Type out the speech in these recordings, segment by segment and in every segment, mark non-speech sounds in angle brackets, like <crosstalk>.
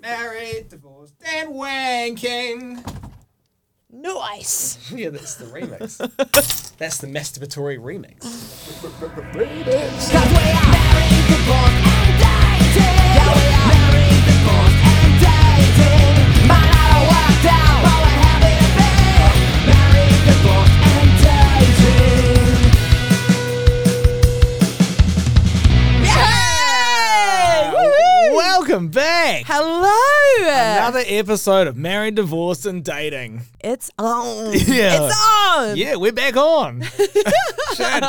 married, divorced, and wanking. <laughs> Nice. yeah, that's the <laughs> remix. that's the masturbatory remix. Yay! Woohoo! Welcome back. Hello. Another episode of Married, Divorced, and Dating. It's on. Yeah. It's on. Yeah, we're back <laughs> on. Shit.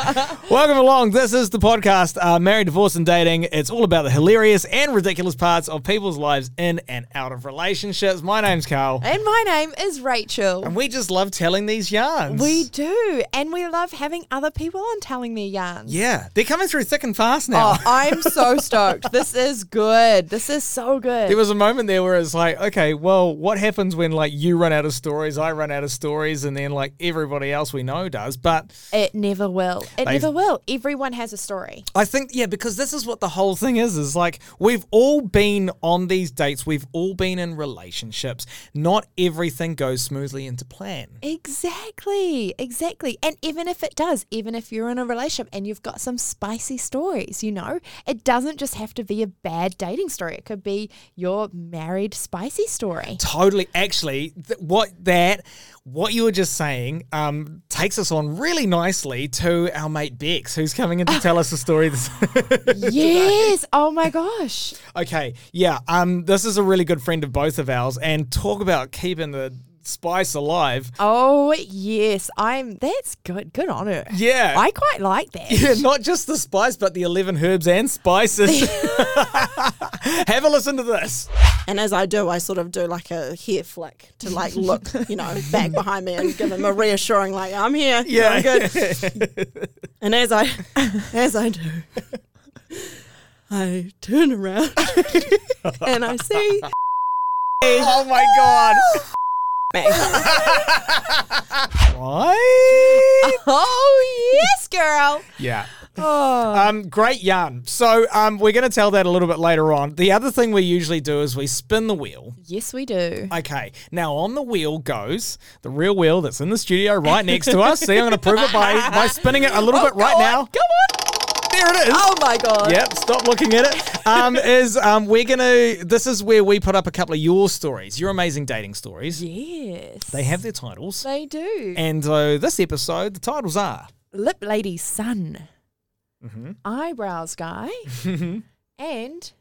Welcome along. This is the podcast uh, Married, Divorce, and Dating. It's all about the hilarious and ridiculous parts of people's lives in and out of relationships. My name's Carl. And my name is Rachel. And we just love telling these yarns. We do, and we love having other people on telling their yarns. Yeah, they're coming through thick and fast now. Oh, I'm so stoked. This is good. This is so good. There was a moment there where it's like, okay, well, what happens when like you run out of stories, I run out of stories, and then like everybody else we know does. But it never will. It They've- never will. Everyone has a story. I think yeah, because this is what the whole thing is. Is like we've all been on these dates, we've all been in relationships. Not everything goes smoothly into plan. Exactly. Exactly. And even if it does, even if you're in a relationship and you've got some spicy stories, you know, it doesn't just have to be a bad dating story. It could be your married spicy <laughs> story. Totally. Actually, th- what that what you were just saying um, takes us on really nicely to our mate Bex, who's coming in to tell us a story. This- yes. Oh my gosh. Okay, yeah. Um, this is a really good friend of both of ours, and talk about keeping the spice <laughs> alive. Oh yes. I'm that's good. Good on her. Yeah. I quite like that. Yeah, not just the spice, but the eleven herbs and spices. <laughs> Have a listen to this. And as I do, I sort of do like a hair flick to <laughs> like look, you know, back behind me and give him a reassuring, like I'm here. you know, Yeah, good. <laughs> And as I, as I do, I <laughs> turn around and I see <laughs> oh my god. me. Right? <laughs> Oh yes, <laughs> girl. <laughs> Yeah. Oh. Um, great yarn. So um, we're going to tell that a little bit later on. The other thing we usually do is we spin the wheel. Yes, we do. Okay, now on the wheel goes the real wheel that's in the studio right next to us. See, I'm going to prove it by, by spinning it a Oh, little bit right now. Come on. There it is. Oh my <laughs> god. Yep, stop looking at it. Um, is um, we're gonna. This is where we put up a couple of your stories, your amazing dating stories. Yes. They have their titles, They do. and so this episode, the titles are Lip lady's son. Mm-hmm. Eyebrows guy. and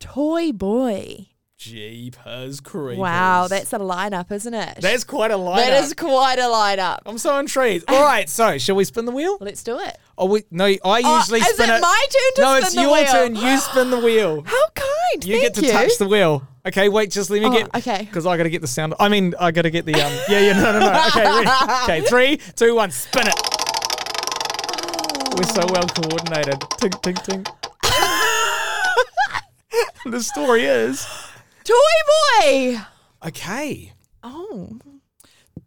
toy boy. Jeepers Creepers. Wow, that's a lineup, isn't it? that's quite a lineup. Oh that is quite a lineup. I'm so intrigued. All right, so shall we spin the <laughs> wheel? Let's do it. Oh, we, no, I Oh, usually is spin it my turn to no, spin it's the your wheel? turn. You spin the wheel. <gasps> How kind. You get Thank to touch the wheel. Okay, wait, just let me Oh, get. okay. Because I got to get the sound. I mean, I got to get the. um. Yeah, yeah, no, no, <laughs> no. Okay, ready. okay, three, two, one, spin it. We're so well coordinated. Tink, tink, tink. <laughs> the story is. Toy boy. Okay, Oh.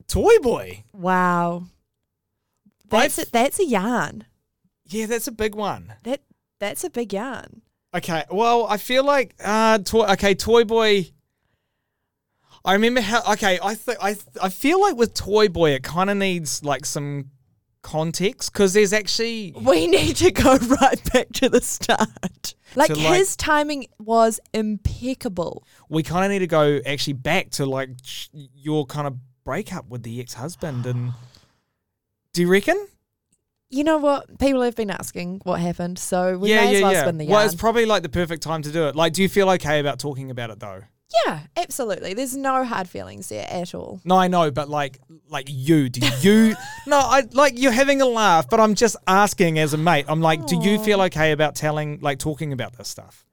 Toy Boy. Wow. Right? That's a, that's a yarn. yeah, that's a big one. That that's a big yarn. Okay, well, I feel like. uh, toy, Okay, Toy Boy. I remember how. Okay, I th- I th- I feel like with Toy Boy, it kind of needs like some context because there's actually We <laughs> need to go right back to the start. Like, To, like- his timing was impeccable. we kind of need to go actually back to like sh- your kind of breakup with the ex-husband and do you reckon You know what? People have been asking what happened, so we may as well spin the yarn. well it's probably like the perfect time to do it like do you feel okay about talking about it though yeah, absolutely. There's no hard feelings there at all. no i know but like like you do you no i like you're having a laugh but i'm just asking as a mate i'm like do you feel okay about telling like talking about this stuff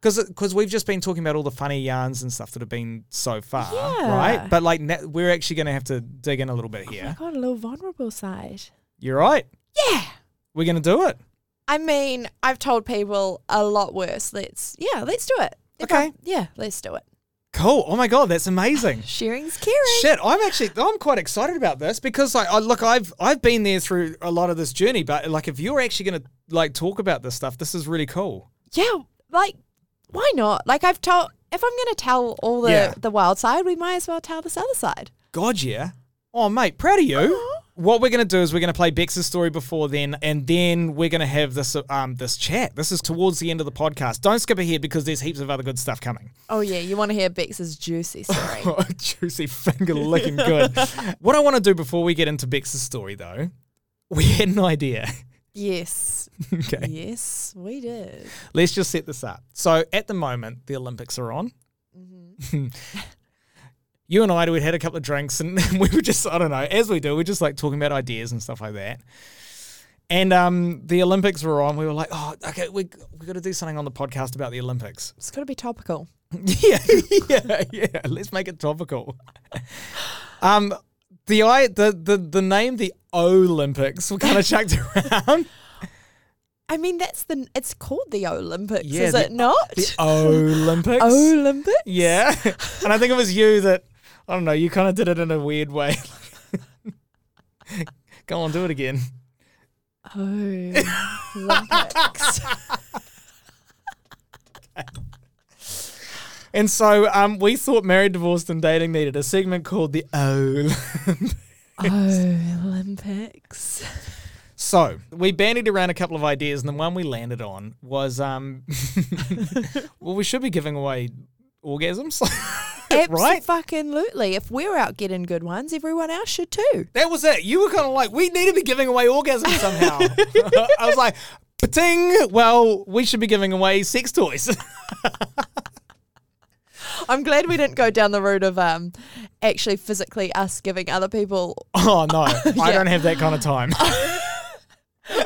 because because we've just been talking about all the funny yarns and stuff that have been so far Yeah. right but like na- we're actually going to have to dig in a little bit here I got a little vulnerable side. You're right. Yeah. We're going to do it. I mean, I've told people a lot worse. Let's, yeah, let's do it. If Okay. I'm- yeah, let's do it. Cool. Oh my god, that's amazing. Sharing's caring. Shit, I'm actually I'm quite excited about this because like I look I've I've been there through a lot of this journey, but like if you're actually going to like talk about this stuff, this is really cool. yeah, like why not? Like I've told if I'm going to tell all the, Yeah. the wild side, we might as well tell this other side. God, yeah. Oh, mate, proud of you. What we're gonna do is we're gonna play Bex's story before then, and then we're gonna have this um this chat. This is towards the end of the podcast. Don't skip ahead because there's heaps of other good stuff <laughs> coming. Oh yeah, you want to hear Bex's <laughs> juicy story? Oh, Juicy <laughs> finger looking good. what I want to do before we get into Bex's story, though, <laughs> we had an idea. yes, okay, yes, we did. let's just set this up. So at the moment, the Olympics are on. <laughs> you and I, we'd had a couple of drinks and <laughs> we were just, I don't know, as we do, we're just like talking about ideas and stuff like that. And um, the Olympics were on. We were like, oh, okay, we we got to do something on the podcast about the Olympics. <laughs> It's got to be topical. yeah, yeah, yeah. Let's make it topical. Um, the I the the the name the Olympics were kind of chucked around. I mean, that's the it's called the Olympics, Yeah, is the- it not? <laughs> The Olympics. Olympics. Yeah. And I think it was you that, I don't know, you kind of did it in a weird way. <laughs> Go on, do it again. <laughs> Olympics. And so um, we thought Married, Divorced, and Dating needed a segment called the O. <laughs> Olympics. so we bandied around a couple of ideas, and the one we landed on was um, <laughs> well, we should be giving away orgasms. <laughs> Right? Absolutely. If we're out getting good ones, everyone else should too. that was it. You were kind of like, we need to be giving away orgasms somehow. <laughs> I was like, ting. Well, we should be giving away sex toys. <laughs> I'm glad we didn't go down the route of um, actually physically us giving <laughs> other people. Oh no, I don't have that kind of time.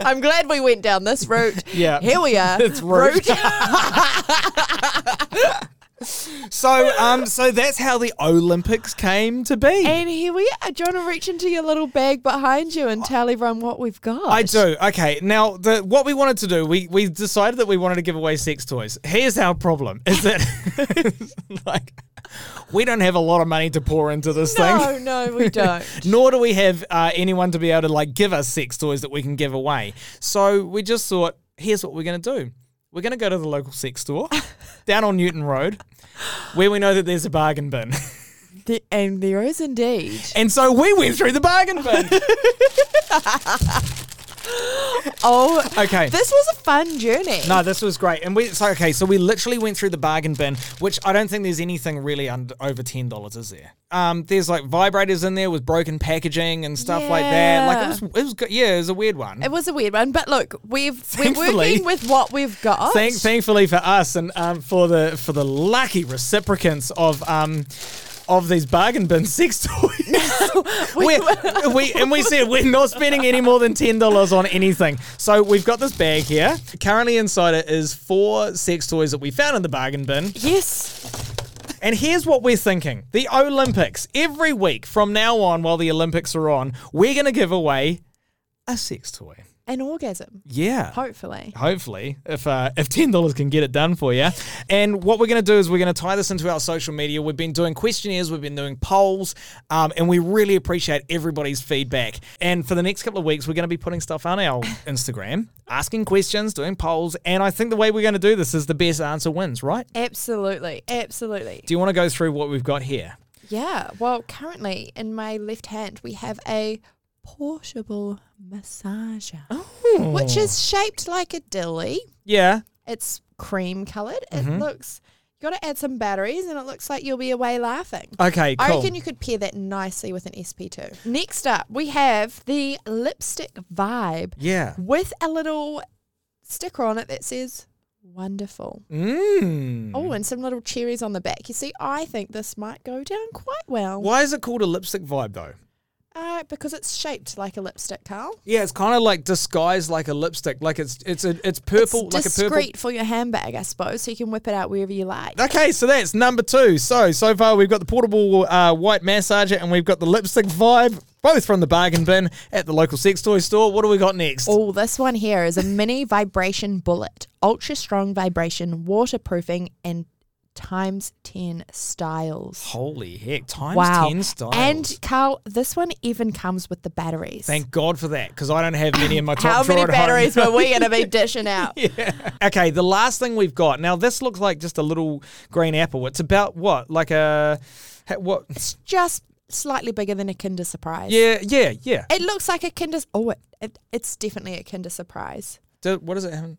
I'm glad we went down this route. Yeah. Here <laughs> we are. It's rude. Route- <laughs> so um, so that's how the Olympics came to be. and here we are. Do you want to reach into your little bag behind you and tell everyone what we've got? I do. Okay. Now, the, what we wanted to do, we, we decided that we wanted to give away sex toys. Here's our problem: is that <laughs> like we don't have a lot of money to pour into this No, thing, no, we don't. <laughs> nor do we have uh, anyone to be able to like give us sex toys that we can give away. So we just thought, here's what we're gonna do: we're gonna go to the local sex <laughs> store down on Newton Road, where we know that there's a bargain bin. The, and there is indeed. And so we went through the bargain bin. Oh, <laughs> <laughs> okay. this was a fun journey. no, this was great. And we so okay, so we literally went through the bargain bin, which I don't think there's anything really under over ten dollars, is there? Um, there's like vibrators in there with broken packaging and stuff like that. Like it Yeah. was, it was good. Yeah, it was a weird one. It was a weird one, but look, we've Thankfully- we're working with what we've got. Thank, thankfully for us and um, for the for the lucky reciprocants of um of these bargain bin <laughs> sex toys. we, we and we said we're not spending any more than ten dollars on anything. So we've got this bag here. Currently inside it is four sex toys that we found in the bargain bin. yes, And here's what we're thinking: the Olympics. Every week from now on, while the Olympics are on, we're gonna give away a sex toy. an orgasm, Yeah hopefully. hopefully, if uh, <laughs> if ten dollars can get it done for you. And what we're going to do is we're going to tie this into our social media. We've been doing questionnaires, we've been doing polls, um, and we really appreciate everybody's feedback. And for the next couple of weeks, we're going to be putting stuff on <laughs> our Instagram, asking questions, doing polls. And I think the way we're going to do this is the best answer wins, right? Absolutely, absolutely. Do you want to go through what we've got here? Yeah. Well, currently in my left hand we have a portable massager, Oh. which is shaped like a dilly. Yeah. It's cream coloured. It Mm-hmm. looks. You got to add some batteries, and it looks like you'll be away laughing. Okay. I Cool. reckon you could pair that nicely with an SP2. Next up, we have the lipstick vibe yeah. with a little sticker on it that says wonderful. Mmm. Oh, and some little cherries on the back. You see, I think this might go down quite well. Why is it called a lipstick vibe though? Uh, because it's shaped like a lipstick, Carl. Yeah, it's kind of like disguised like a lipstick. Like it's it's a it's purple, it's like a discreet purple for your handbag, I suppose, so you can whip it out wherever you like. Okay, so that's number two. So so far we've got the portable uh, white massager and we've got the lipstick vibe, both from the bargain bin at the local sex toy store. What do we got next? Oh, this one here is a mini vibration bullet, ultra strong vibration, waterproofing, and times 10 styles. Holy heck, times wow. 10 styles. And Carl, this one even comes with the batteries. Thank God for that, because I don't have many in my top How drawer many at home. <laughs> batteries <laughs> were we going to be dishing out? Okay, the last thing we've got. Now, this looks like just a little green apple. It's about what? Like a. ha- What? Just slightly bigger than a Kinder Surprise. Yeah, yeah, yeah. It looks like a Kinder. Oh, it, it, it's definitely a Kinder Surprise. Do- what is it? Having?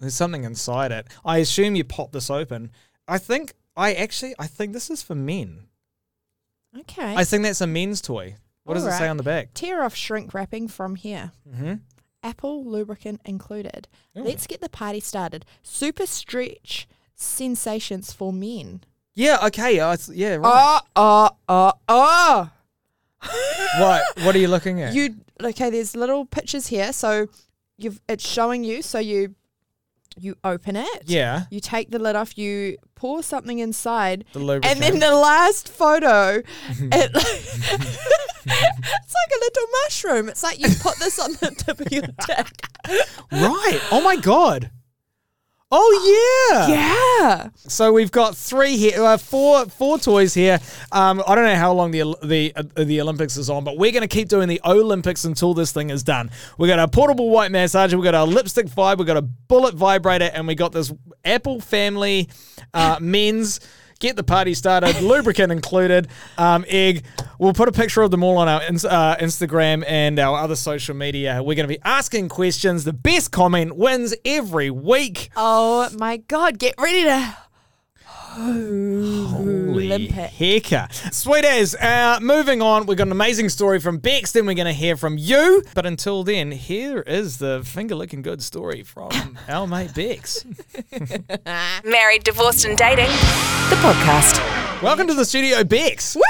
There's something inside it. I assume you pop this open. I think. I actually. I think this is for men. Okay. I think that's a men's toy. What does it say Alright. on the back? Tear off shrink wrapping from here. Mm-hmm. Apple lubricant included. Let's get the party started. Super stretch sensations for men. Yeah. Okay. I th- yeah. Right. Oh, oh, uh, oh, oh. what? What are you looking at? You okay? There's little pictures here, so you've it's showing you. So you you open it. yeah. You take the lid off. You pour something inside, The lubricant. and then the <laughs> last photo, it <laughs> it's like a little mushroom. It's like you put this on the tip of <laughs> your dick. right. Oh my god. Oh yeah. Yeah. So we've got three here, uh, four, four toys here. Um, I don't know how long the Ol- the uh, the Olympics is on, but we're going to keep doing the Olympics until this thing is done. We got our portable white massager, we got our lipstick vibe, we got a bullet vibrator, and we got this Apple Family uh, <laughs> men's. Get the party started, <laughs> lubricant included, um, egg. We'll put a picture of them all on our ins- uh, Instagram and our other social media. We're going to be asking questions. The best comment wins every week. Oh my God! Get ready to. Holy Limpet. hecker. Sweet as. Uh, moving on, we've got an amazing story from Bex. Then we're going to hear from you. But until then, here is the finger licking good story <laughs> from our mate Bex. Married, divorced, and dating. The podcast. Welcome to the studio, Bex. Yay!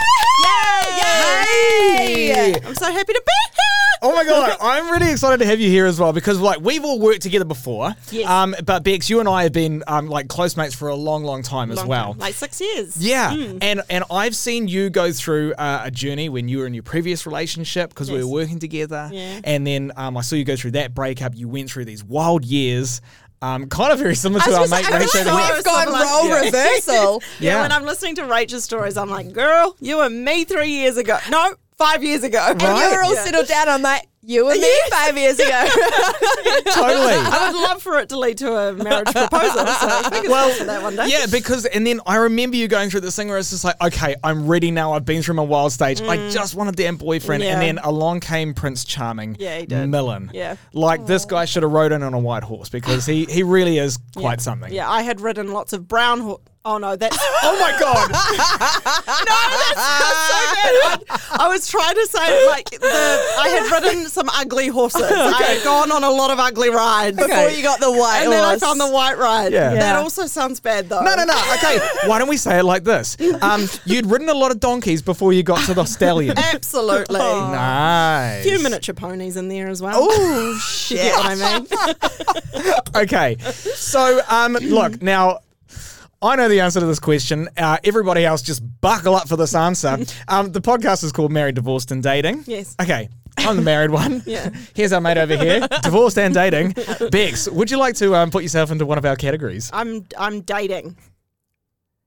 Yay! I'm so happy to be here. Oh my god, I'm really excited to have you here as well because like we've all worked together before. Yes. Um, but Bex, you and I have been um, like close mates for a long, long time as Long well. time, like six years. Yeah, Hmm. and and I've seen you go through uh, a journey when you were in your previous relationship because we were working together, Yeah. and then um, I saw you go through that breakup. You went through these wild years, um, kind of very similar I to our was gonna mate say, I feel Rachel. "Oh, like Hart. we've gone role Yeah. reversal. Yeah. <laughs> Yeah. When I'm listening to Rachel's stories, I'm like, girl, you and me three years ago. No, five years ago. And you were all Yeah. settled down. I'm like, you and me five years ago. <laughs> totally. <laughs> I would love for it to lead to a marriage proposal. So I think it's well, for that one day. Yeah, because and then I remember you going through this thing where it's just like, okay, I'm ready now. I've been through my wild stage. I just want a damn boyfriend, Mm. Yeah. and then along came Prince Charming. Yeah, he did. Millen. Yeah. like this guy should have rode in on a white horse because he he really is quite something. Yeah, I had ridden lots of brown. Ho- oh no, that's Oh my god. Ah, I was trying to say like the I had ridden some ugly horses. I had gone on a lot of ugly rides Before you got the white and then I horse. found the white ride. Yeah. That Yeah. also sounds bad though. No, no, no. Okay, why don't we say it like this? Um, you'd ridden a lot of donkeys before you got to the stallion. Absolutely. Oh. nice. few miniature ponies in there as well. Oh shit! <laughs> you get what I mean? Okay, so um, look now. I know the answer to this question. Uh, everybody else, just buckle up for this answer. Um, the podcast is called Married, Divorced, and Dating. Yes. Okay, I'm the married one. <laughs> Yeah. Here's our mate over here, divorced and dating. Bex, would you like to um, put yourself into one of our categories? I'm I'm dating.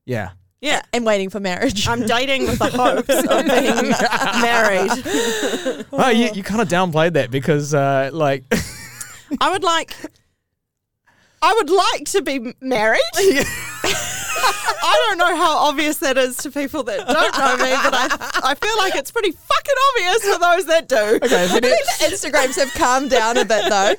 Yeah. Yeah. I'm waiting for marriage. I'm dating with the hopes of being <laughs> married. Oh, you, you kind of downplayed that because, uh, like, <laughs> I would like. I would like to be married. I don't know how obvious that is to people that don't know me, but I, I feel like it's pretty fucking obvious for those that do. okay, if any- Instagrams have calmed down a bit though.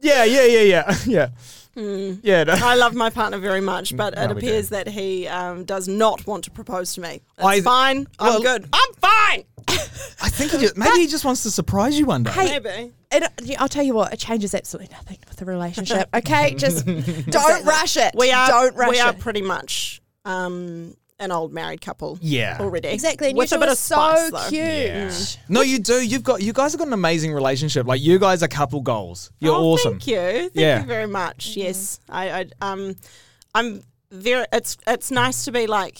Yeah, yeah, yeah, yeah, <laughs> yeah. Hmm. Yeah, no. I love my partner very much, but it No, we do. appears that he um, does not want to propose to me. It's I- fine. well- I'm good. I'm fine. I think he just, maybe he just wants to surprise you one day. Hey, Maybe. it, yeah, I'll tell you what, it changes absolutely nothing with a relationship. Okay, just <laughs> don't rush it. We are. don't rush we are it. pretty much um, an old married couple. Yeah. Already. exactly. And With you a bit two of are spice, so though. cute. No, you do. You've got you guys have got an amazing relationship. Like you guys are couple goals. You're Oh, awesome. Thank you. Thank Yeah. you very much. Yes, I, I um, I'm very. It's it's nice to be like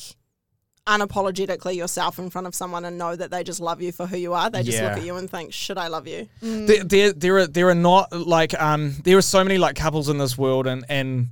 unapologetically yourself in front of someone and know that they just love you for who you are. They just Yeah. look at you and think, "Should I love you?" There, there, there are there are not like um there are so many like couples in this world and and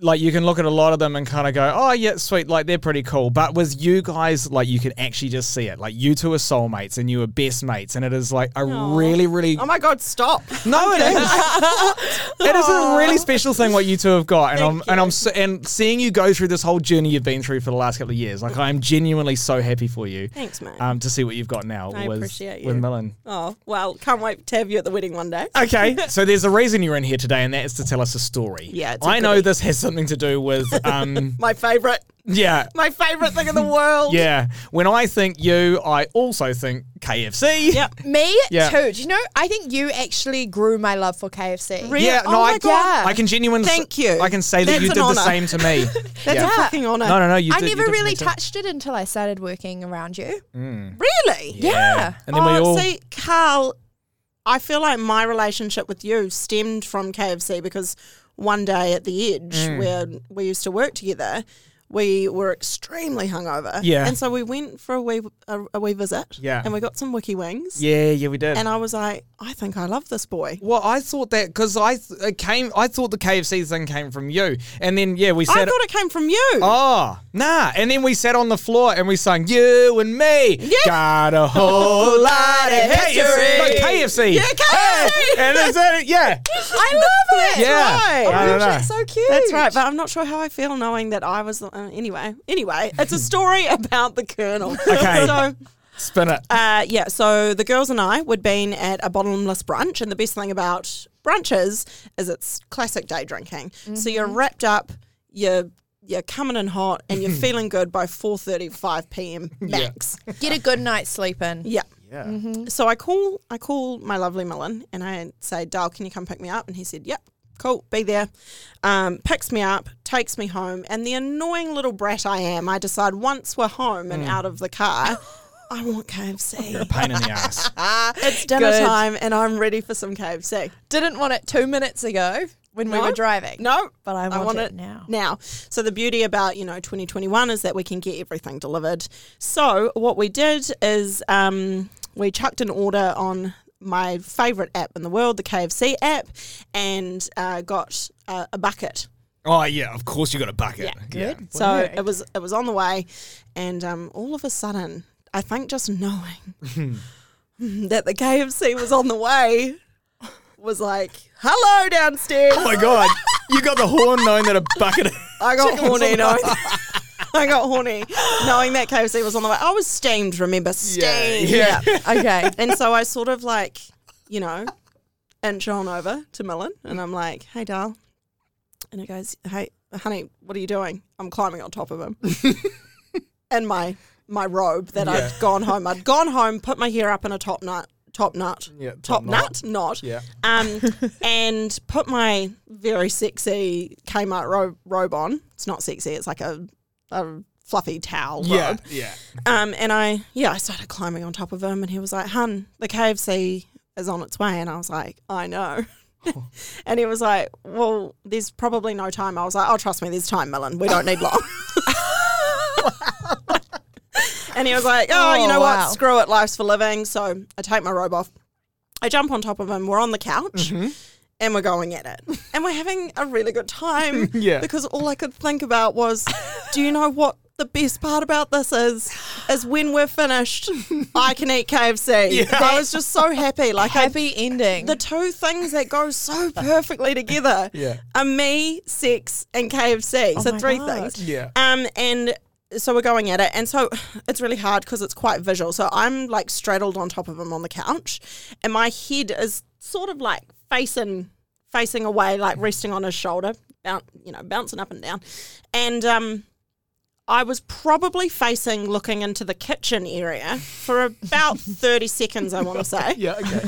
like you can look at a lot of them and kind of go, oh yeah, sweet, like they're pretty cool. But with you guys, like you could actually just see it. Like you two are soulmates and you are best mates, and it is like a really, really Oh my god, stop. no, it is. <laughs> it is a really special thing what you two have got, and I'm and I'm so, and seeing you go through this whole journey you've been through for the last couple of years. Like I am genuinely so happy for you. Thanks, mate. Um, to see what you've got now. I with, appreciate with you. Millen. Oh, well, can't wait to have you at the wedding one day. <laughs> Okay, so there's a reason you're in here today, and that is to tell us a story. Yeah, it's a I know goodie. this has something to do <laughs> with um, My favorite. yeah, My favorite thing in the world. yeah. When I think you, I also think KFC. Yep. Me Yeah. too. Do you know? I think you actually grew my love for KFC. Really? Yeah, Oh no, my I, God. I can genuinely. Thank you. I can say that That's you an did honour. the same to me. <laughs> That's Yeah. a fucking honor. No, no, no. You I did, you never did me really too. touched it until I started working around you. Really? Yeah. And then oh, we all. see, Carl, I feel like my relationship with you stemmed from KFC because one day at the edge Mm. where we used to work together, we were extremely hungover. Yeah. And so we went for a wee, a, a wee visit. Yeah. And we got some wiki wings. yeah, yeah, we did. And I was like, I think I love this boy. well, I thought that because I th- it came. I thought the KFC thing came from you, and then yeah, we I said. thought it came from you. Oh, nah. And then we sat on the floor and we sang You and Me. Got a <laughs> whole lot of history. No, KFC. Yeah, KFC. Hey, and is that it? <laughs> Yeah. I love <laughs> it. yeah. right. I don't know. That's so cute. That's right, but I'm not sure how I feel knowing that I was. the- Uh, anyway, anyway, it's a story <laughs> about the Colonel. Okay. so Spin it. Uh, yeah, so the girls and I would been at a bottomless brunch, and the best thing about brunches is it's classic day drinking. So you're wrapped up, you're you're coming in hot, and you're feeling good by 4:35 p.m. max. Get a good night's sleep <laughs> in. Yeah. Yeah. So I call I call my lovely Mullen, and I say, "Dale, can you come pick me up?" And he said, "Yep." Cool, be there. Um, picks me up, takes me home, and the annoying little brat I am, I decide once we're home and out of the car, I want KFC. A pain in the <laughs> ass. It's dinner Good. time and I'm ready for some KFC. Didn't want it two minutes ago when we No. were driving. No, But I want it now. Now. So the beauty about, you know, 2021 is that we can get everything delivered. So what we did is um, we chucked an order on my favorite app in the world, the KFC app, and uh, got uh, a bucket. Oh, yeah. Of course you got a bucket. Yeah. Good. So work. it was it was on the way, and um, all of a sudden, I think just knowing <laughs> that the KFC was on the way was like, "Hello downstairs." Oh, my God. You got the horn knowing that a bucket. <laughs> I got Chicken was horny on knowing. I got horny knowing that KFC was on the way. I was steamed, remember? Yeah, Steamed. yeah. okay. And so I sort of like, you know, inch on over to Millen and I'm like, hey, Dal. And it goes, hey, honey, what are you doing? I'm climbing on top of him. <laughs> in my my robe that I'd gone home. I'd gone home, put my hair up in a top knot. Top nut, Yeah, top top, knot. nut, knot, Yeah. <laughs> um, and put my very sexy Kmart robe, robe on. It's not sexy; it's like a, a fluffy towel Yeah. robe. Yeah. Um, and I, yeah, I started climbing on top of him, and he was like, "Hun, the KFC is on its way," and I was like, "I know." <laughs> and he was like, "Well, there's probably no time." I was like, "Oh, trust me, there's time, Millen. We don't need long." <laughs> and he was like, "Oh, you Oh, know wow. what? Screw it. Life's for living." So I take my robe off. I jump on top of him. We're on the couch. And we're going at it. And we're having a really good time. Yeah. Because all I could think about was, do you know what the best part about this is? Is when we're finished, I can eat KFC. <laughs> I was just so happy. Like Happy ending. I, the two things that go so perfectly together Yeah. are me, sex, and KFC. so Oh my three God. things. Yeah. Um, and so we're going at it, and so <sighs> it's really hard because it's quite visual. So I'm like straddled on top of him on the couch, and my head is sort of like facing facing away, like resting on his shoulder, boun- you know, bouncing up and down, and um. I was probably facing looking into the kitchen area for about <laughs> 30 seconds, I want to say. Yeah. <laughs> Okay.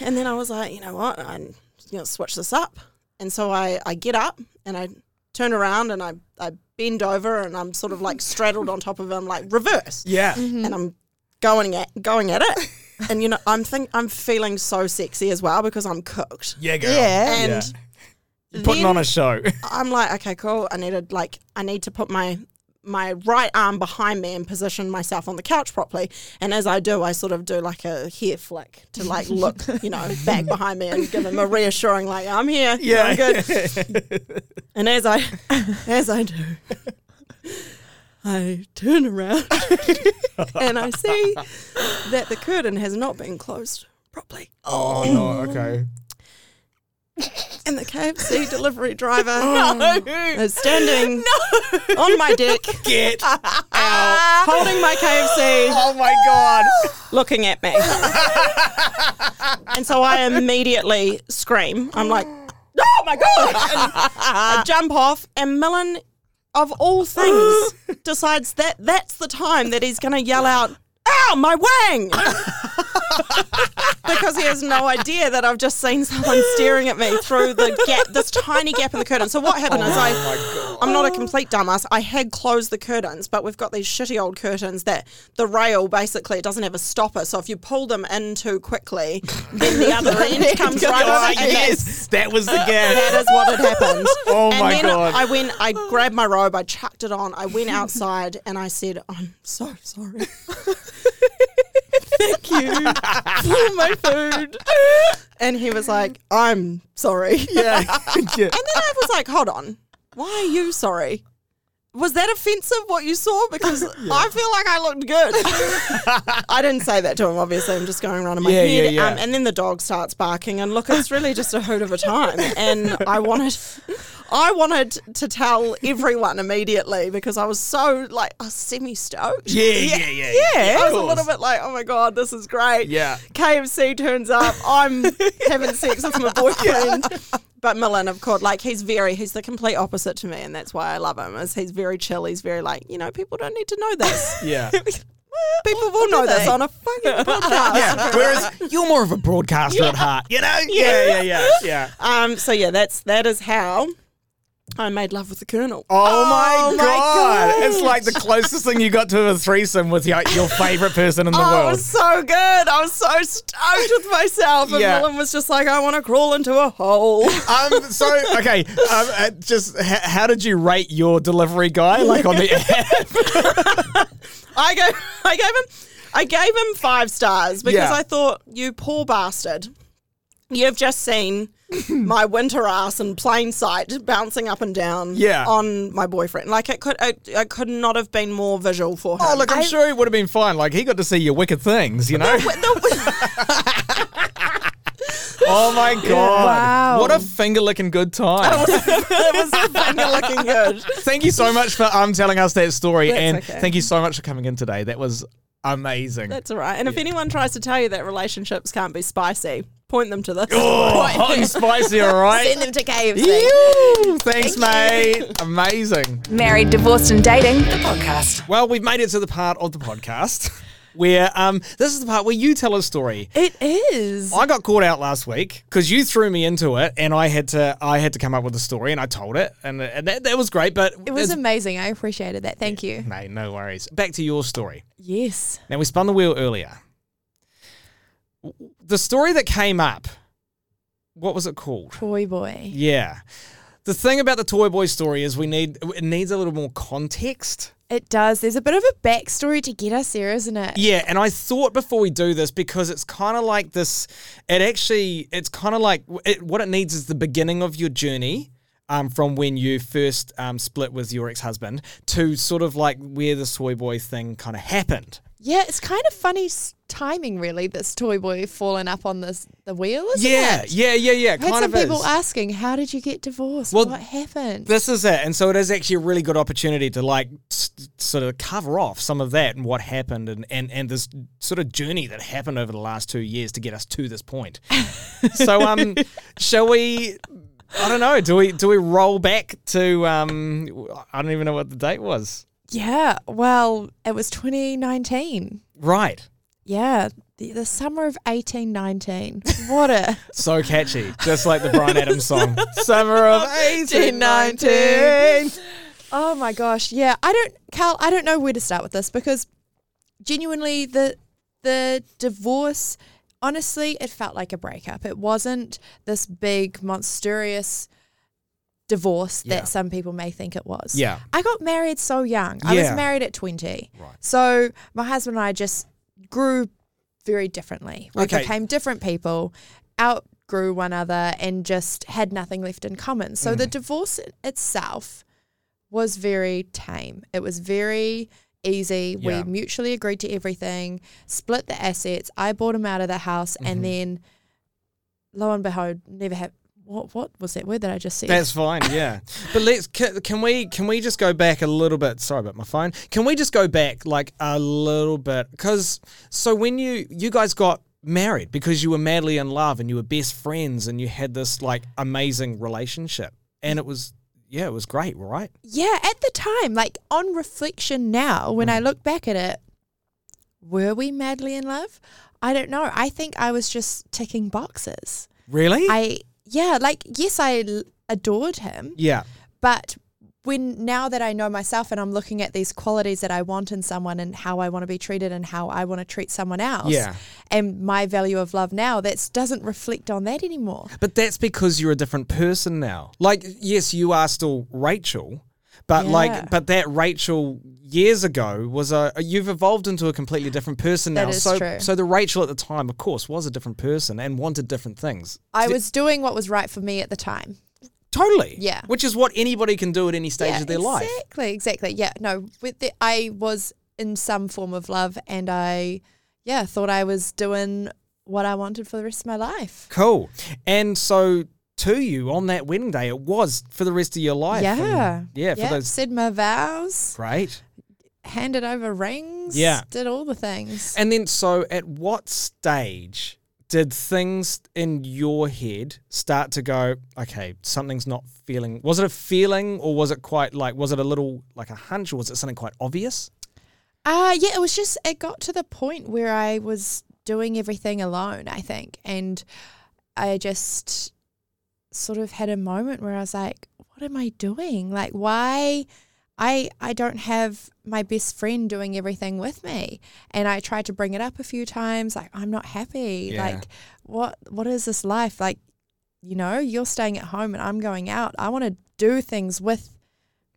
And then I was like, you know what? I'm going to switch this up. And so I, I get up and I turn around and I, I bend over and I'm sort of like straddled on top of him, like reverse. Yeah. And I'm going at, going at it. And, you know, I'm think I'm feeling so sexy as well because I'm cooked. Yeah, girl. yeah. And Putting then on a show. <laughs> I'm like, okay, cool. I need to like, I need to put my my right arm behind me and position myself on the couch properly. And as I do, I sort of do like a hair flick to like look, you know, back behind me and give him a reassuring, like I'm here, yeah, I'm good. and as I, as I do, I turn around and I see that the curtain has not been closed properly. <laughs> Oh no, okay. And the KFC delivery driver is standing on my deck, Get holding my KFC, <laughs> Oh my god. looking at me. and so I immediately scream. I'm like, oh my God. And I jump off, and Millen, of all things, decides that that's the time that he's going to yell out, ow, my wang! because he has no idea that I've just seen someone staring at me through the gap, this tiny gap in the curtain. So what happened is I, I'm not a complete dumbass. I had closed the curtains, but we've got these shitty old curtains that the rail basically doesn't have a stopper. So if you pull them in too quickly, then the other end comes right over. Oh, and that's- yes, that was <laughs> the gap. that is what had happened. <laughs> Oh and my then God. I went, I grabbed my robe, I chucked it on, I went outside and I said, I'm so sorry. Thank <laughs> you for my food. And he was like, I'm sorry. <laughs> Yeah. yeah. And then I was like, hold on, why are you sorry? Was that offensive what you saw? <laughs> Because I feel like I looked good. I didn't say that to him, obviously. I'm just going around in my Yeah, head. yeah, yeah. Um, and then the dog starts barking, and look, it's really just a hoot of a time. And I wanted, I wanted to tell everyone immediately because I was so like semi stoked. Yeah, yeah, yeah, yeah. Yeah, I was a little course. bit like, oh my god, this is great. Yeah. KFC turns up. <laughs> I'm having sex with my boyfriend. But Millen, of course, like he's very, he's the complete opposite to me, and that's why I love him. Is he's very chill. He's very like, you know, people don't need to know this. <laughs> Yeah. <laughs> people will know this on a <laughs> fucking podcast. Whereas you're more of a broadcaster at heart, you know? Yeah, yeah, yeah, yeah. Um. So yeah, that's that is how I made love with the Colonel. <laughs> Oh, my, my god. gosh. It's like the closest thing you got to a threesome with your, your favorite person in the Oh, it world. was so good. I was so stoked with myself. And Yeah. Millen was just like, I want to crawl into a hole. Um, so okay, um, uh, just h- how did you rate your delivery guy? Like <laughs> on the app? I gave <laughs> I gave him I gave him five stars because Yeah. I thought, you poor bastard. You've just <laughs> seen my winter ass in plain sight bouncing up and down Yeah. on my boyfriend. Like it could it, it could not have been more visual for him. Oh, <laughs> look, I'm sure he would have been fine. Like he got to see your wicked things, you know. <laughs> oh <laughs> my god! Wow. What a finger licking good <laughs> time. it was <laughs> fucking looking good. thank you so much for um telling us that story, That's and okay. thank you so much for coming in today. That was amazing. That's all right. And if anyone tries to tell you that relationships can't be spicy, point them to this. <laughs> <laughs> oh, hot and spicy, all right. Send them to KFC. Ew, thanks, mate. Amazing. Married, Divorced and Dating, the podcast. Well, we've made it to the part of the podcast <laughs> where um, this is the part where you tell a story. It is. I got caught out last week because you threw me into it, and I had to I had to come up with a story, and I told it, and, and that, that was great. But It was amazing. I appreciated that. Thank you. <laughs> mate, no worries. Back to your story. Yes. Now we spun the wheel earlier. The story that came up, what was it called? Toy boy. Yeah, the thing about the toy boy story is we need it needs a little more context. It does. There's a bit of a backstory to get us there, isn't it? Yeah, and I thought before we do this because it's kind of like this. It actually, it's kind of like it, what it needs is the beginning of your journey. Um, from when you first um, split with your ex-husband to sort of like where the soy boy thing kind of happened. Yeah, it's kind of funny s- timing, really. This toy boy falling up on this the wheel, isn't Yeah, it? yeah, yeah, yeah. I had Kind some of people is. asking, "How did you get divorced? Well, what happened?" This is it, and so it is actually a really good opportunity to like s- sort of cover off some of that and what happened, and and and this sort of journey that happened over the last two years to get us to this point. so um, shall we? I don't know. Do we do we roll back to um? I don't even know what the date was. yeah, well, it was 2019. Right. Yeah, the, the summer of <laughs> 1819. What a So catchy, just like the Brian Adams song, "Summer of 1819." Oh my gosh, yeah. I don't, Carl. I don't know where to start with this because, genuinely, the the divorce. Honestly, it felt like a breakup. It wasn't this big, monstrous divorce Yeah. that some people may think it was. Yeah. I got married so young. I was Yeah. married at 20. Right. So my husband and I just grew very differently. We Okay. became different people, outgrew one another, and just had nothing left in common. So Mm. the divorce i- itself was very tame. It was very easy. Yeah. We mutually agreed to everything, split the assets. I bought him out of the house, Mm-hmm. and then lo and behold, never have. What what was that word that I just said? That's fine, yeah. But let's can, can we can we just go back a little bit? Sorry about my phone. Can we just go back like a little bit? Because so when you you guys got married because you were madly in love and you were best friends and you had this like amazing relationship and it was yeah it was great right yeah, at the time, like on reflection now, when I Mm. look back at it, were we madly in love? I don't know. I think I was just ticking boxes. really I yeah, like yes, I l- adored him, yeah but when now that I know myself and I'm looking at these qualities that I want in someone and how I want to be treated and how I want to treat someone else, Yeah. and my value of love now, that doesn't reflect on that anymore. But that's because you're a different person now. Like, yes, you are still Rachel, but Yeah. like, but that Rachel years ago was a. You've evolved into a completely different person now. That is so, true. so the Rachel at the time, of course, was a different person and wanted different things. I Th- was doing what was right for me at the time. totally, Yeah. which is what anybody can do at any stage of their life. Exactly, exactly. Yeah, no, with the, I was in some form of love and I, yeah, thought I was doing what I wanted for the rest of my life. Cool. And so, to you on that wedding day, it was for the rest of your life. and- yeah, yeah. for those. Said my vows, Great. handed over rings, Yeah. did all the things. And then, so at what stage did things in your head start to go, okay, something's not feeling? Was it a feeling or was it quite like, was it a little like a hunch or was it something quite obvious? Uh yeah, it was just it got to the point where I was doing everything alone, I think. And I just sort of had a moment where I was like, what am I doing? Like why I I don't have my best friend doing everything with me. And I tried to bring it up a few times like I'm not happy. Yeah. Like what what is this life? Like you know, you're staying at home and I'm going out. I want to do things with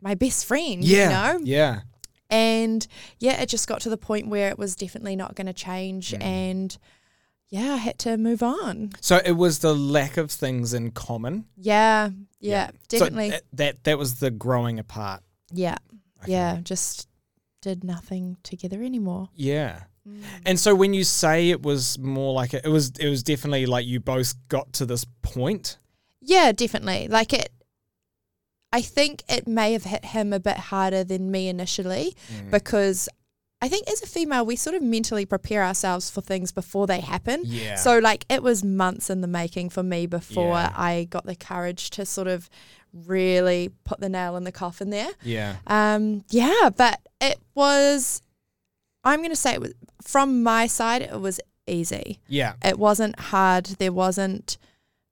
my best friend, you know? Yeah. And yeah, it just got to the point where it was definitely not going to change. And yeah, I had to move on. So it was the lack of things in common. Yeah, yeah, So eh, definitely. that, that that was the growing apart. yeah, yeah, just did nothing together anymore. Yeah. Mm. And so when you say it was more like a, it was it was definitely like you both got to this point. Yeah, definitely. Like it, I think it may have hit him a bit harder than me initially Mm. because I think as a female, we sort of mentally prepare ourselves for things before they happen. Yeah. So, like, it was months in the making for me before Yeah. I got the courage to sort of really put the nail in the coffin there. Yeah. Um, yeah, but it was, I'm going to say it was, from my side, it was easy Yeah. it wasn't hard. There wasn't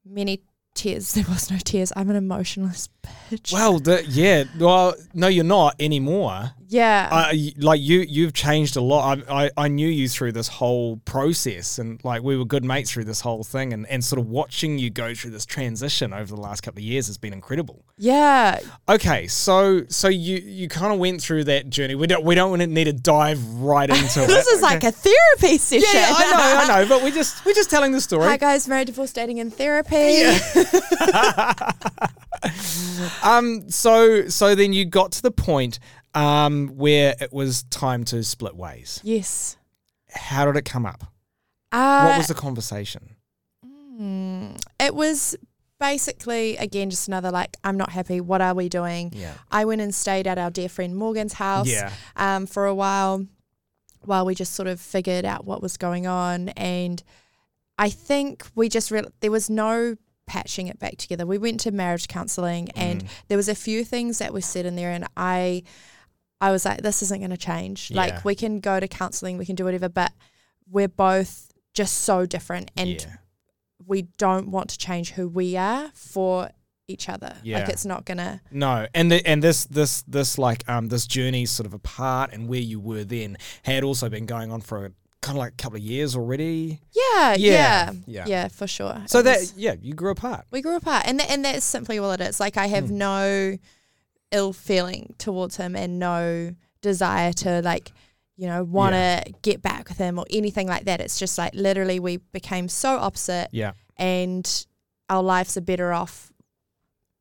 many tears. <laughs> There was no tears. I'm an emotionless bitch. Well, the, yeah. Well, no, you're not anymore. yeah. I, like you, you've changed a lot. I, I, I knew you through this whole process, and like we were good mates through this whole thing, and, and sort of watching you go through this transition over the last couple of years has been incredible. yeah. Okay, so so you you kind of went through that journey. We don't we don't wanna need to dive <laughs> right into it. This is like a therapy session. yeah, yeah, I know, I know, but we're just we're just telling the story. <laughs> Hi guys, married, divorce, dating, and therapy. Um, so so then you got to the point um where it was time to split ways. Yes. How did it come up? Uh, what was the conversation? it was basically again just another like I'm not happy. What are we doing? Yeah. I went and stayed at our dear friend Morgan's house Yeah. um, for a while while we just sort of figured out what was going on. And I think we just real there was no patching it back together. We went to marriage counseling Mm. and there was a few things that were said in there and I I was like, this isn't gonna change. Yeah. Like we can go to counseling, we can do whatever, but we're both just so different and yeah. we don't want to change who we are for each other. Yeah. Like it's not gonna No, and the, and this this this like um this journey sort of apart and where you were then had also been going on for a kind of like a couple of years already. Yeah, Yeah, yeah, yeah. yeah, for sure. So It that was- yeah, you grew apart. we grew apart, and that and that's simply all it is. Like I Hmm. have no ill feeling towards him, and no desire to like, you know, want to get back with him or anything like that. It's just like literally we became so opposite, Yeah, and our lives are better off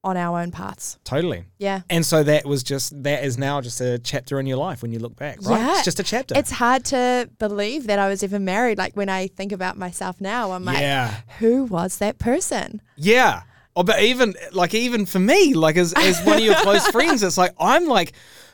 on our own paths. totally. Yeah. And so that was just that is now just a chapter in your life when you look back, right? Yeah. It's just a chapter. It's hard to believe that I was even married. Like when I think about myself now, I'm like, yeah. who was that person? Yeah. Oh, but even like even for me, like as, as one of your close friends, it's like I'm like,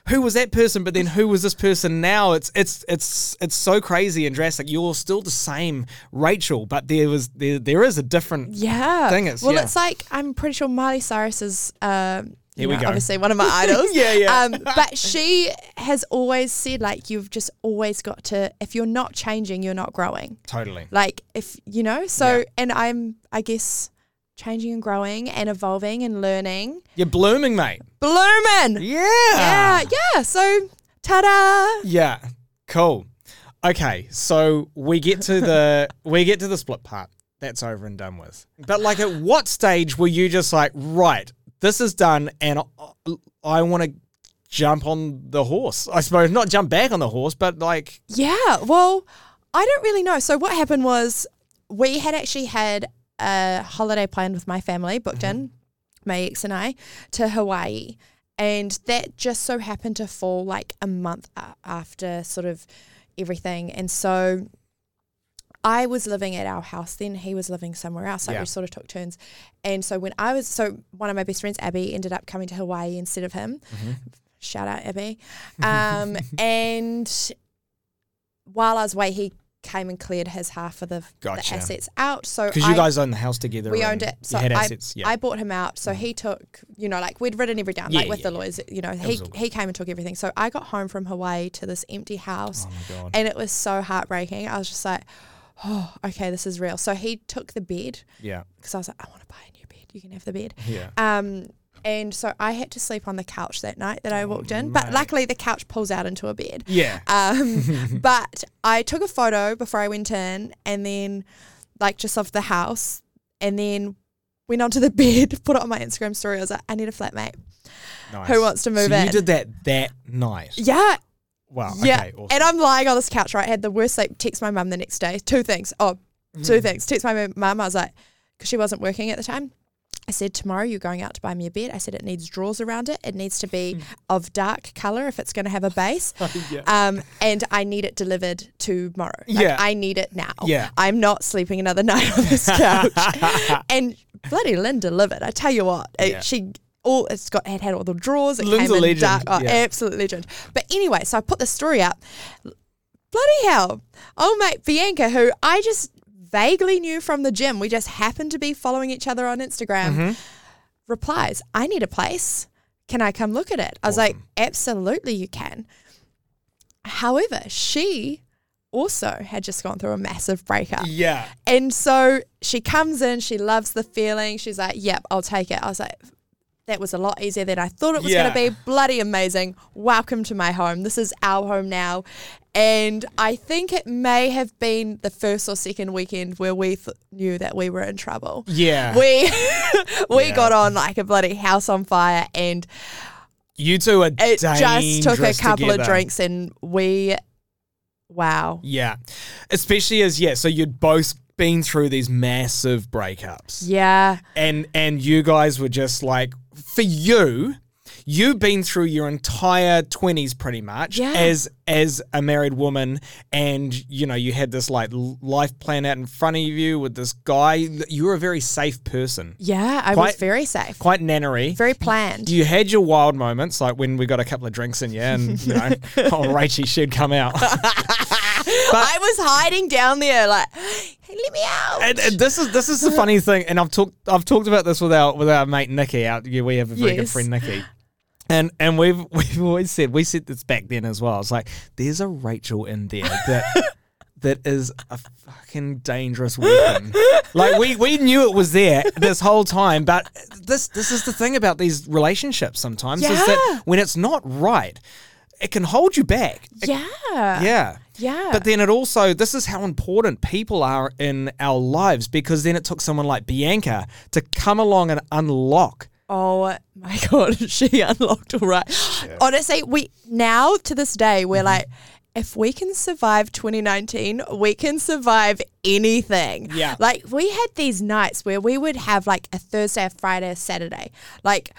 who was that person? But then who was this person now? It's it's it's it's so crazy and drastic. You're still the same Rachel, but there was there there is a different Yeah. Thing is, well, yeah. it's like I'm pretty sure Miley Cyrus is. Um, you Here we know, go. Obviously, one of <laughs> my idols. Yeah, yeah. Um, but she has always said, like, you've just always got to. If you're not changing, you're not growing. totally. Like, if you know. So, Yeah. and I'm, I guess, changing and growing and evolving and learning. You're blooming, mate. Bloomin'. Yeah. Yeah. Yeah. So, ta-da. Yeah. Cool. Okay, so we get to <laughs> the we get to the split part. That's over and done with. But like at what stage were you just like, right, this is done and I, I want to jump on the horse. I suppose not jump back on the horse, but like Yeah, well, I don't really know. So what happened was we had actually had a holiday planned with my family booked Mm-hmm. in, my ex and I, to Hawaii. And that just so happened to fall like a month a- after sort of everything. And so I was living at our house then, he was living somewhere else. Like Yeah. we sort of took turns. And so when I was, so one of my best friends, Abby, ended up coming to Hawaii instead of him. Mm-hmm. Shout out, Abby. <laughs> Um, and while I was away, he came and cleared his half of the, Gotcha. the assets out. So because you I- guys owned the house together. we and owned it. you So had I, assets. yeah. Mm. I bought him out. So he took, you know, like we'd written everything down, Yeah, like with yeah, the lawyers, you know, was he all good. he came and took everything. So I got home from Hawaii to this empty house oh my god. and it was so heartbreaking. I was just like, oh, okay, this is real. So he took the bed yeah. because I was like, I want to buy a new bed. You can have the bed. Yeah. Um, and so I had to sleep on the couch that night that I walked in, but mate. luckily the couch pulls out into a bed. Yeah. Um, but I took a photo before I went in and then like just of the house and then went onto the <laughs> bed, put it on my Instagram story. I was like, I need a flatmate. nice. who wants to move so You in? did that that night. Yeah. Wow. yeah. Okay. Awesome. And I'm lying on this couch, right? I had the worst sleep. Text my mum the next day. Two things. Oh, Mm-hmm. two things. Text my mum. I was like, because she wasn't working at the time. I said, tomorrow you're going out to buy me a bed. I said, it needs drawers around it. It needs <laughs> to be of dark color if it's going to have a base. Yeah. um, and I need it delivered tomorrow. Like, Yeah. I need it now. Yeah. I'm not sleeping another <laughs> night <laughs> on this couch. and bloody Lynn delivered. I tell you what, it, Yeah. she all it's got it had all the drawers. It Lynn's came a in legend. dark. Oh, Yeah. absolute legend. But anyway, so I put this story up. Bloody hell! Oh mate, Bianca, who I just vaguely knew from the gym. We just happened to be following each other on Instagram Mm-hmm. replies, I need a place. Can I come look at it? I was like, absolutely, you can. However, she also had just gone through a massive breakup. yeah. And so she comes in, she loves the feeling. She's like, yep, I'll take it. I was like, that was a lot easier than I thought it was Yeah. going to be. Bloody amazing. Welcome to my home. This is our home now. And I think it may have been the first or second weekend where we th- knew that we were in trouble Yeah. we <laughs> we Yeah. got on like a bloody house on fire and you two are it just took a dangerous couple together. of drinks and we wow Yeah. Especially as yeah, so you'd both been through these massive breakups. yeah And and you guys were just like for you, you've been through your entire 20s pretty much Yeah. as as a married woman and you know, you had this like l- life plan out in front of you with this guy. You were a very safe person. yeah i Quite- was very safe Quite nannery. very planned You had your wild moments, like when we got a couple of drinks in you, and you know, <laughs> oh, Rachy should come out. i was hiding down there like <gasps> hey, let me out And, and this is this is the funny thing, and I've talked I've talked about this with our with our mate Nikki. Out yeah, we have a very good Yes. friend Nikki, and and we've <laughs> we've always said we said this back then as well. It's like there's a Rachel in there that <laughs> that is a fucking dangerous weapon. like we we knew it was there this whole time, but this this is the thing about these relationships sometimes is that Yeah. when it's not right. it can hold you back. It- Yeah. yeah. Yeah. But then it also, this is how important people are in our lives because then it took someone like Bianca to come along and unlock. Oh my <laughs> god, she unlocked all right. Honestly, we now to this day Mm-hmm. we're like, if we can survive 2019, we can survive anything. Yeah. Like we had these nights where we would have like a Thursday, a Friday, a Saturday. Like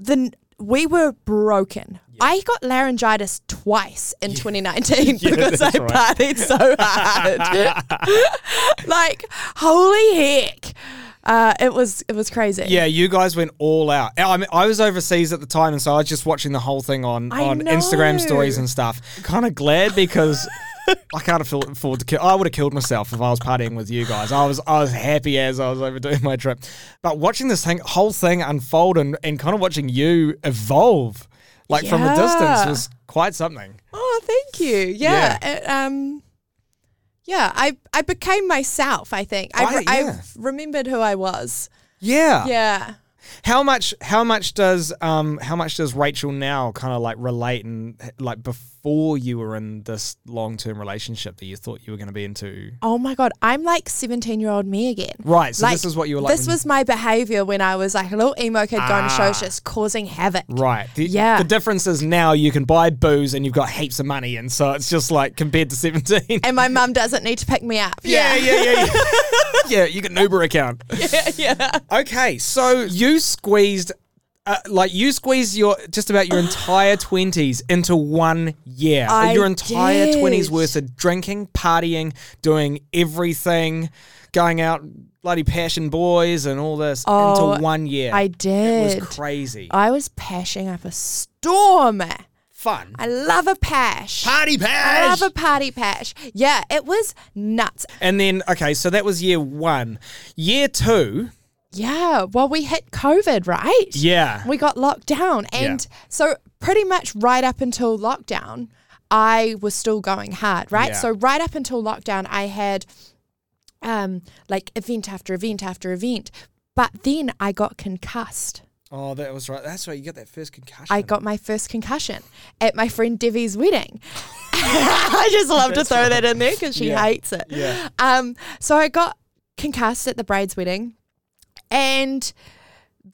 the we were broken. I got laryngitis twice <laughs> in 2019 because I that's right. partied so <laughs> hard. <laughs> like holy heck. Uh, it was it was crazy. Yeah, you guys went all out. I, mean, I was overseas at the time, and so I was just watching the whole thing on, I on know. Instagram stories and stuff. Kind of glad because <laughs> I can't afford afford to kill. I would have killed myself if I was partying with you guys. I was I was happy as I was overdoing my trip, but watching this thing whole thing unfold and, and kind of watching you evolve like from a distance Yeah. was quite something. Oh, thank you. Yeah. it, um, yeah. I I became myself. I think I, Right, I yeah. Uh, remembered who I was. Yeah. Yeah. How much? How much does um? How much does Rachel now kind of like relate and like before you were in this long term relationship that you thought you were going to be into? Oh my god, I'm like 17 year old me again. Right. So this is what you were like. This when- Ah. was my behavior when I was like a little emo kid going to shows, just causing havoc. right. The, Yeah. The difference is now you can buy booze and you've got heaps of money, and so it's just like compared to seventeen. And my mum doesn't need to pick me up. yeah, yeah, yeah, <laughs> yeah. yeah, you get an Uber account. yeah, <laughs> yeah. Okay, so you squeezed, uh, like you squeezed your just about your entire twenties into one year. I your entire did. twenties worth of drinking, partying, doing everything, going out, bloody passion boys, and all this Oh, into one year. I It did. was crazy. I was pashing up a storm. Fun. I love a pash. Party I pash. love a party pash. Yeah, it was nuts. and then okay, so that was year one. Year two. Yeah. Well, we hit COVID, right? Yeah. We got locked down. And so, pretty much right up until lockdown, I was still going hard, right? Yeah. So, right up until lockdown, I had um, like event after event after event. But then I got concussed. Oh, that was right. That's right. You got that first concussion. I got my first concussion at my friend Devi's wedding. <laughs> I just love to throw that in there because she Yeah. hates it. Yeah. Um, so I got concussed at the bride's wedding, and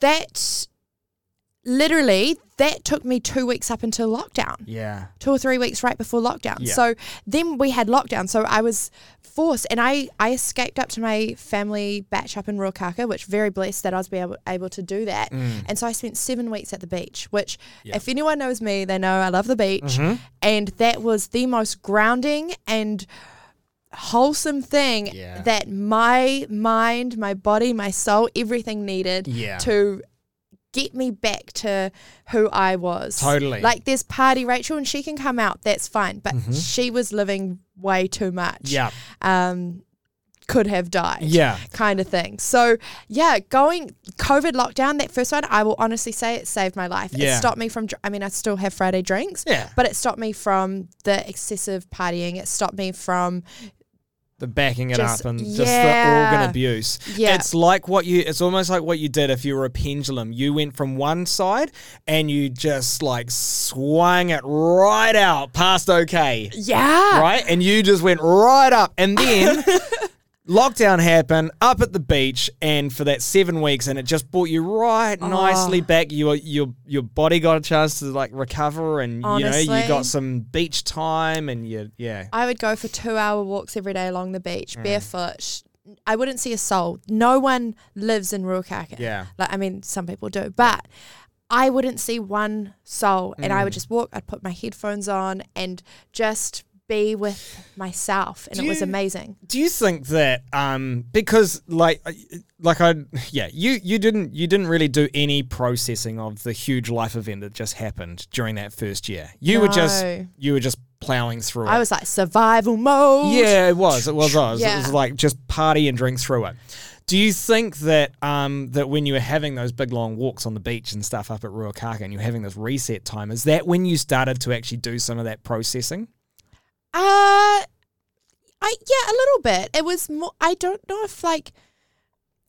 that literally that took me two weeks up until lockdown <laughs> Yeah. two or three weeks right before lockdown. Yeah. So then we had lockdown. So I was forced, and I, I escaped up to my family batch up in Ruakaka, which very blessed that I was be able, able to do that. Mm. And so I spent seven weeks at the beach, which if anyone knows me, they know I love the beach. Mm-hmm. And that was the most grounding and wholesome thing Yeah. that my mind, my body, my soul, everything needed Yeah. to get me back to who I was. Totally. Like there's party Rachel and she can come out, that's fine. But she was living way too much. Mm-hmm. Yeah. Um could have died. Yeah. Kind of thing. So yeah, going COVID lockdown, that first one, I will honestly say it saved my life. Yeah. It stopped me from dr- I mean, I still have Friday drinks. Yeah. But it stopped me from the excessive partying. It stopped me from the backing it Just- up and just the yeah. organ abuse. Yeah. It's like what you it's almost like what you did if you were a pendulum. You went from one side and you just like swung it right out past okay. Yeah. Right? And you just went right up and <laughs> then Lockdown happened up at the beach, and for that seven weeks, and it just brought you right Oh. nicely back. Your your your body got a chance to like recover, and you know you Honestly. got some beach time, and you yeah I would go for two hour walks every day along the beach, Mm. barefoot. I wouldn't see a soul. No one lives in Ruakaka. Yeah. Like, I mean, some people do, but I wouldn't see one soul. And Mm. I would just walk, I'd put my headphones on and just be with myself. And Do it was you- amazing. do you think that um because like uh, like I yeah you you didn't you didn't really do any processing of the huge life event that just happened during that first year. You were just No. you were just plowing through I it. was like, survival mode. yeah, it was. It was us. It Yeah. was like just party and drink through it. Do you think that um that when you were having those big long walks on the beach and stuff up at Ruakaka and you're having this reset time is that when you started to actually do some of that processing? Uh, I yeah, a little bit. It was more. I don't know if like,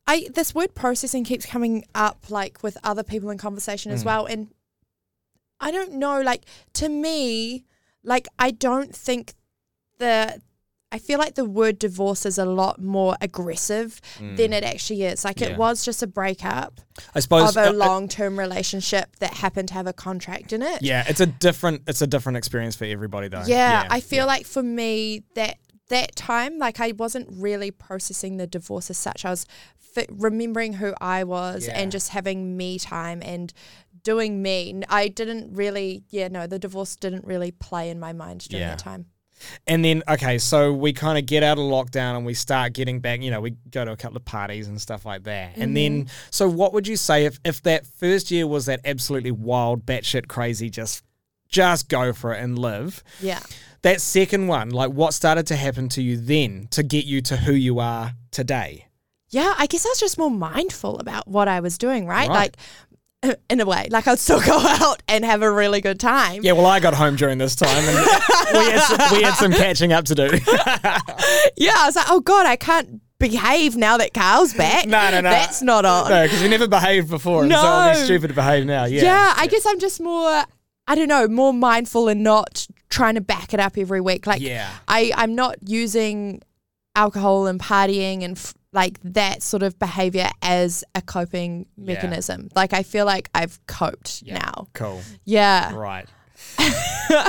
I this word processing keeps coming up like with other people in conversation as well, and I don't know. Like to me, like I don't think the I feel like the word divorce is a lot more aggressive than it actually is. Like Yeah. it was just a breakup I suppose. of a uh, uh, long term relationship that happened to have a contract in it. yeah, it's a different it's a different experience for everybody though. Yeah, I feel like for me that that time, like I wasn't really processing the divorce as such. I was fi- remembering who I was Yeah. and just having me time and doing me. N- I didn't really, yeah, no, the divorce didn't really play in my mind during Yeah. that time. And then okay, so we kind of get out of lockdown and we start getting back. You know, we go to a couple of parties and stuff like that. And then, Mm-hmm. so what would you say if if that first year was that absolutely wild, batshit crazy, just just go for it and live? Yeah. That second one, like what started to happen to you then to get you to who you are today? Yeah, I guess I was just more mindful about what I was doing, right? Right. Like, <clears throat> in a way, like I'd still <laughs> go out and have a really good time. Yeah, well, I got home during this time and <laughs> we, had some, we had some catching up to do. <laughs> Yeah, I was like, oh God, I can't behave now that Carl's <laughs> back. No, no, no. That's not on. no, because we never behaved before, and so it'd be No. stupid to behave now. Yeah, I guess I'm just more, I don't know, more mindful and not trying to back it up every week. Like, Yeah. I, I'm not using alcohol and partying and f- like that sort of behavior as a coping mechanism. Like, I feel like I've coped now. Cool. Yeah. <laughs> Right.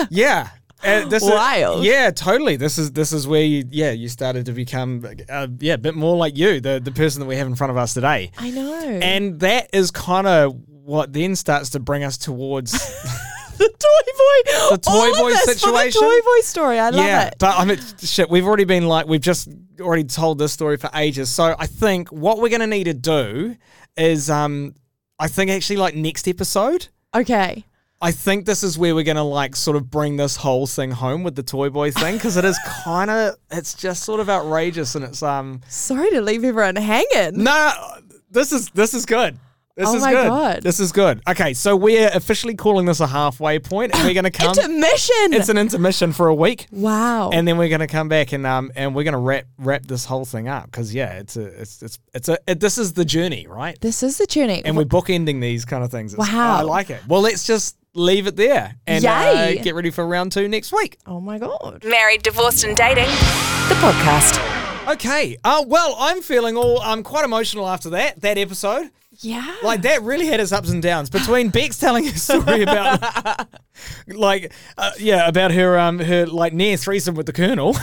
yeah. Uh, this Wild. Is, yeah, totally. This is this is where you yeah you started to become uh, yeah a bit more like you the the person that we have in front of us today, I know. and that is kind of what then starts to bring us towards the <laughs> toy boy. The toy all of boy this for situation? The toy boy story. I <laughs> love yeah. it. But I mean shit, we've already been like we've just already told this story for ages. So I think what we're gonna need to do is um I think actually like next episode Okay. I think this is where we're gonna like sort of bring this whole thing home with the toy boy thing because it is kind of it's just sort of outrageous and it's um Sorry to leave everyone hanging. no this is this is good. This Oh is my good. God. This is good. Okay, so we're officially calling this a halfway point, and we're <laughs> gonna come. Intermission. um, it's an intermission for a week, wow. and then we're gonna come back and um and we're gonna wrap wrap this whole thing up because yeah, it's a it's it's it's a it, this is the journey, right? this is the journey. and we're bookending these kind of things. It's- Wow. I like it. Well, let's just leave it there and uh, Yay. get ready for round two next week. oh my god. Married, Divorced and Dating, the podcast. Okay. Uh, well, I'm feeling all I'm quite emotional after that that episode. Yeah. Like that really had its ups and downs between Beck's telling his story about <laughs> like uh, yeah about her um her like near threesome with the Colonel. <laughs>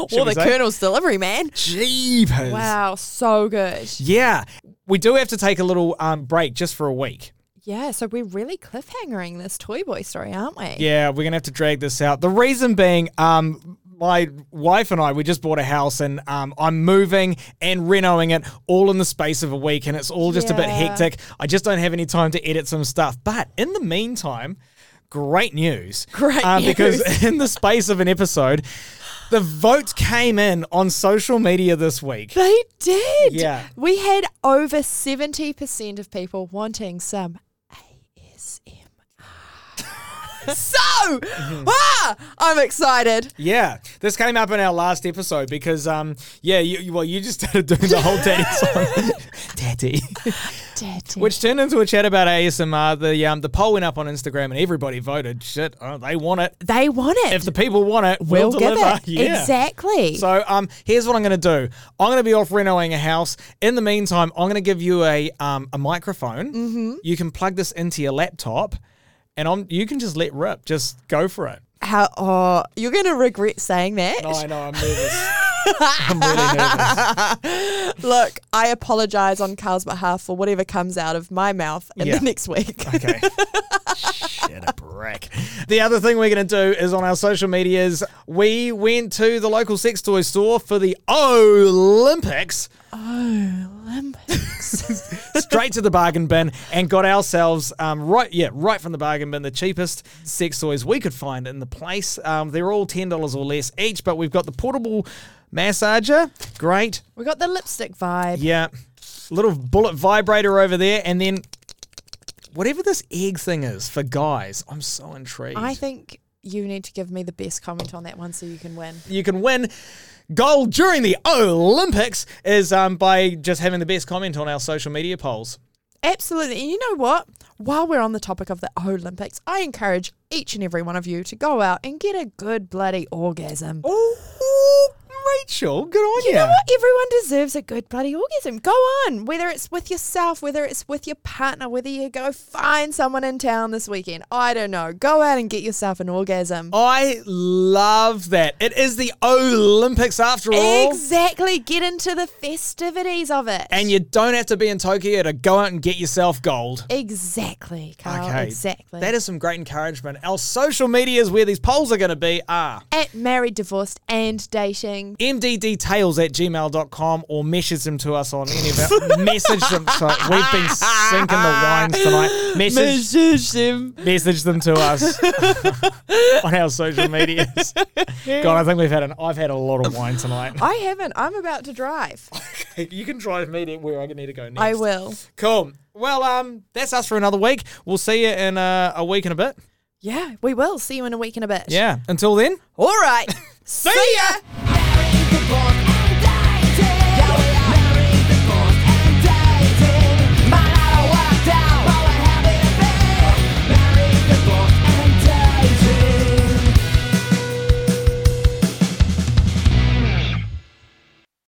or Should we the say? Colonel's delivery man. Jeepers. Wow, so good. Yeah, we do have to take a little um, break just for a week. Yeah, so we're really cliffhangering this Toy Boy story, aren't we? Yeah, we're gonna have to drag this out. The reason being, um, my wife and I we just bought a house, and um, I'm moving and renoing it all in the space of a week, and it's all just a bit Yeah. hectic. I just don't have any time to edit some stuff. But in the meantime, great news! Uh, Great Because <laughs> in the space of an episode, the vote came in on social media this week. <laughs> They did. Yeah. We had over 70% of people wanting some ASMR. <laughs> so, Mm-hmm. ah, I'm excited. Yeah, this came up in our last episode because, um, yeah, you, you- well, you just <laughs> started doing the whole daddy <laughs> song, daddy. Daddy. Which turned into a chat about ASMR. The um, the poll went up on Instagram and everybody voted. Shit, oh, they want it. they want it. If the people want it, we'll, give deliver. <laughs> it. Yeah. Exactly. So um, here's what I'm going to do. I'm going to be off renoing a house. In the meantime, I'm going to give you a um, a microphone. Mm-hmm. You can plug this into your laptop, and I'm you can just let rip. Just go for it. How, oh, you're going to regret saying that. No, Oh, I know I'm <laughs> nervous. I'm really nervous. Look, I apologize on Carl's behalf for whatever comes out of my mouth in Yeah. the <laughs> next week. Okay. Shit, a brick. The other thing we're going to do is on our social medias, we went to the local sex toy store for the Olympics, straight to the bargain bin, and got ourselves um, right, yeah, right from the bargain bin, the cheapest sex toys we could find in the place. Um, they're all ten dollars or less each, but we've got the portable massager, great, <laughs> we got the lipstick vibe. yeah, little bullet vibrator over there, and then. Whatever this egg thing is for guys, I'm so intrigued. I think you need to give me the best comment on that one so you can win. you can win gold during the Olympics is um, by just having the best comment on our social media polls. Absolutely. And you know what? While we're on the topic of the Olympics, I encourage each and every one of you to go out and get a good bloody orgasm. Oh, Rachel, good on you. You know what? Everyone deserves a good bloody orgasm. Go on, whether it's with yourself, whether it's with your partner, whether you go find someone in town this weekend. I don't know. Go out and get yourself an orgasm. I love that. It is the Olympics after all. Exactly. Get into the festivities of it. And you don't have to be in Tokyo to go out and get yourself gold. exactly, Carl. Exactly. That is some great encouragement. Our social medias where these polls are going to be ah. are at married, divorced, and dating. mdddetails at gmail.com or message them to us on any of our <laughs> message them. So we've been sinking the wines tonight. Message, them. message them to us <laughs> on our social medias. God, I think we've had an I've had a lot of wine tonight. <laughs> I haven't. I'm about to drive. you can drive me to where I need to go next. <laughs> I will. Cool. Well, um, that's us for another week. We'll see you in uh, a week and a bit. Yeah, we will. See you in a week and a bit. Yeah. Until then. All right. <laughs> See ya.